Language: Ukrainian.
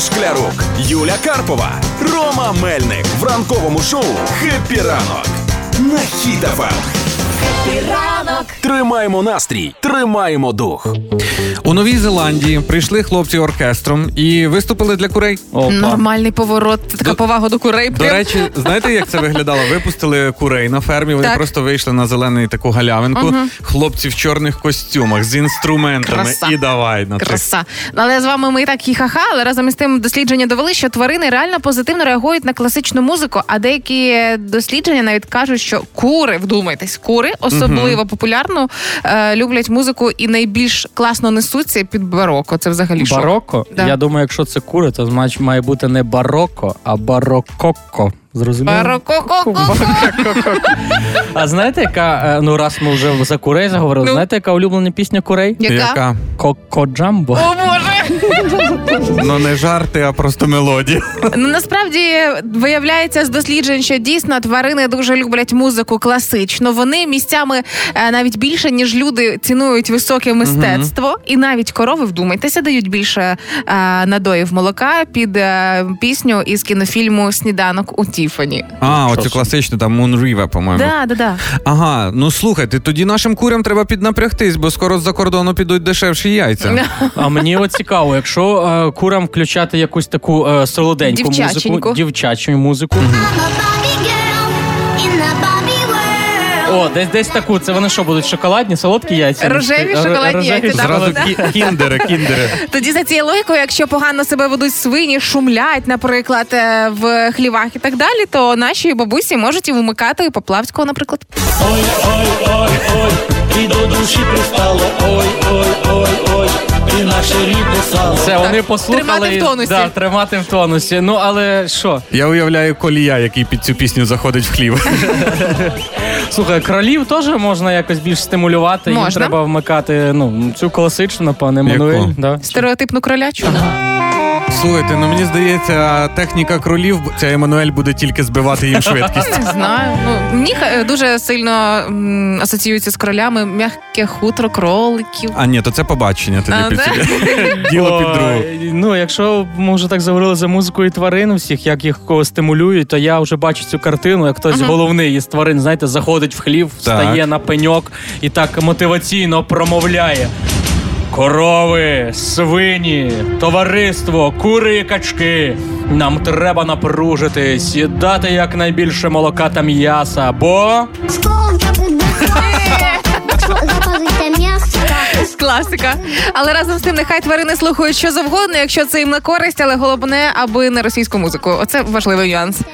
Шклярук, Юля Карпова, Рома Мельник в ранковому шоу «Хеппі ранок» на Хітафам. Ранок Тримаємо настрій, тримаємо дух. У Новій Зеландії прийшли хлопці оркестром і виступили для курей. Нормальний поворот, така повага до курей. До речі, знаєте, як це виглядало? Випустили курей на фермі. Вони Так. просто вийшли на зелений таку галявинку. Хлопці в чорних костюмах з інструментами. Краса. І давай на тих. Краса. Але з вами ми і так хіхаха, але разом із тим дослідження довели, що тварини реально позитивно реагують на класичну музику. А деякі дослідження навіть кажуть, що кури, вдумайтесь, кури особливо популярну е, люблять музику і найбільш класно несуться під бароко. Це взагалі шок. Бароко? Да. Я думаю, якщо це кури, то значить має бути не бароко, а барококо. Зрозуміло? Бароко-ко-ко-ко. А знаєте, яка, е, ну раз ми вже за курей заговорили, Ну. знаєте, яка улюблена пісня курей? Яка? Коко Джамбо. О боже! Ну не жарти, а просто мелодія. Ну насправді виявляється з досліджень, що дійсно тварини дуже люблять музику класичну. Вони місцями е, навіть більше ніж люди цінують високе мистецтво, і навіть корови, вдумайтеся, дають більше е, надоїв молока під е, пісню із кінофільму Сніданок у Тіфані. А, оцю класичну там Moon River, по-моєму. Да, да, да. Ага, ну слухайте, тоді нашим курям треба піднапрягтись, бо скоро з-за кордону підуть дешевші яйця. А мені от цікаво, якщо е, курам включати якусь таку е, солоденьку Дівчаченьку. музику, дівчачу музику. A Barbie girl in the Barbie world. О, десь десь таку. Це вони що будуть? Шоколадні, солодкі яйця? Рожеві шоколадні яйця, так, Зразу Зразу да. кі- кіндери, кіндери. Тоді за цією логікою, якщо погано себе ведуть свині, шумлять, наприклад, е, в хлівах і так далі, то наші бабусі можуть і вимикати Поплавського, наприклад. це вони послухали. Тримати в і- тонусі. Да, тримати в тонусі. Ну але що? Я уявляю колія, який під цю пісню заходить в хлів. Слухай, кролів теж можна якось більш стимулювати. Їм Можна. треба вмикати ну цю класичну, пане Мануель. Яку? Да. Стереотипну кролячу. Слухайте, ну мені здається, техніка кролів, ця Еммануель буде тільки збивати їм швидкість. Не знаю. Ну мені ха- дуже сильно м, асоціюється з кролями м'яке хутро кроликів. А ні, то це побачення. Ти А, не під да? собі. діло під другу. Ой, Ну, якщо ми вже так заговорили за музику і тварин всіх, як їх кого стимулюють, то я вже бачу цю картину, як хтось головний із тварин, знаєте, заходить в хлів, встає на пеньок і так мотиваційно промовляє. Корови, свині, товариство, кури і качки. Нам треба напружитись і дати якнайбільше молока та м'яса, бо Сколько тут Закажите мясо. Класика. Але разом з тим, нехай тварини слухають що завгодно, якщо це їм на користь, але головне, аби не російську музику. Оце важливий нюанс.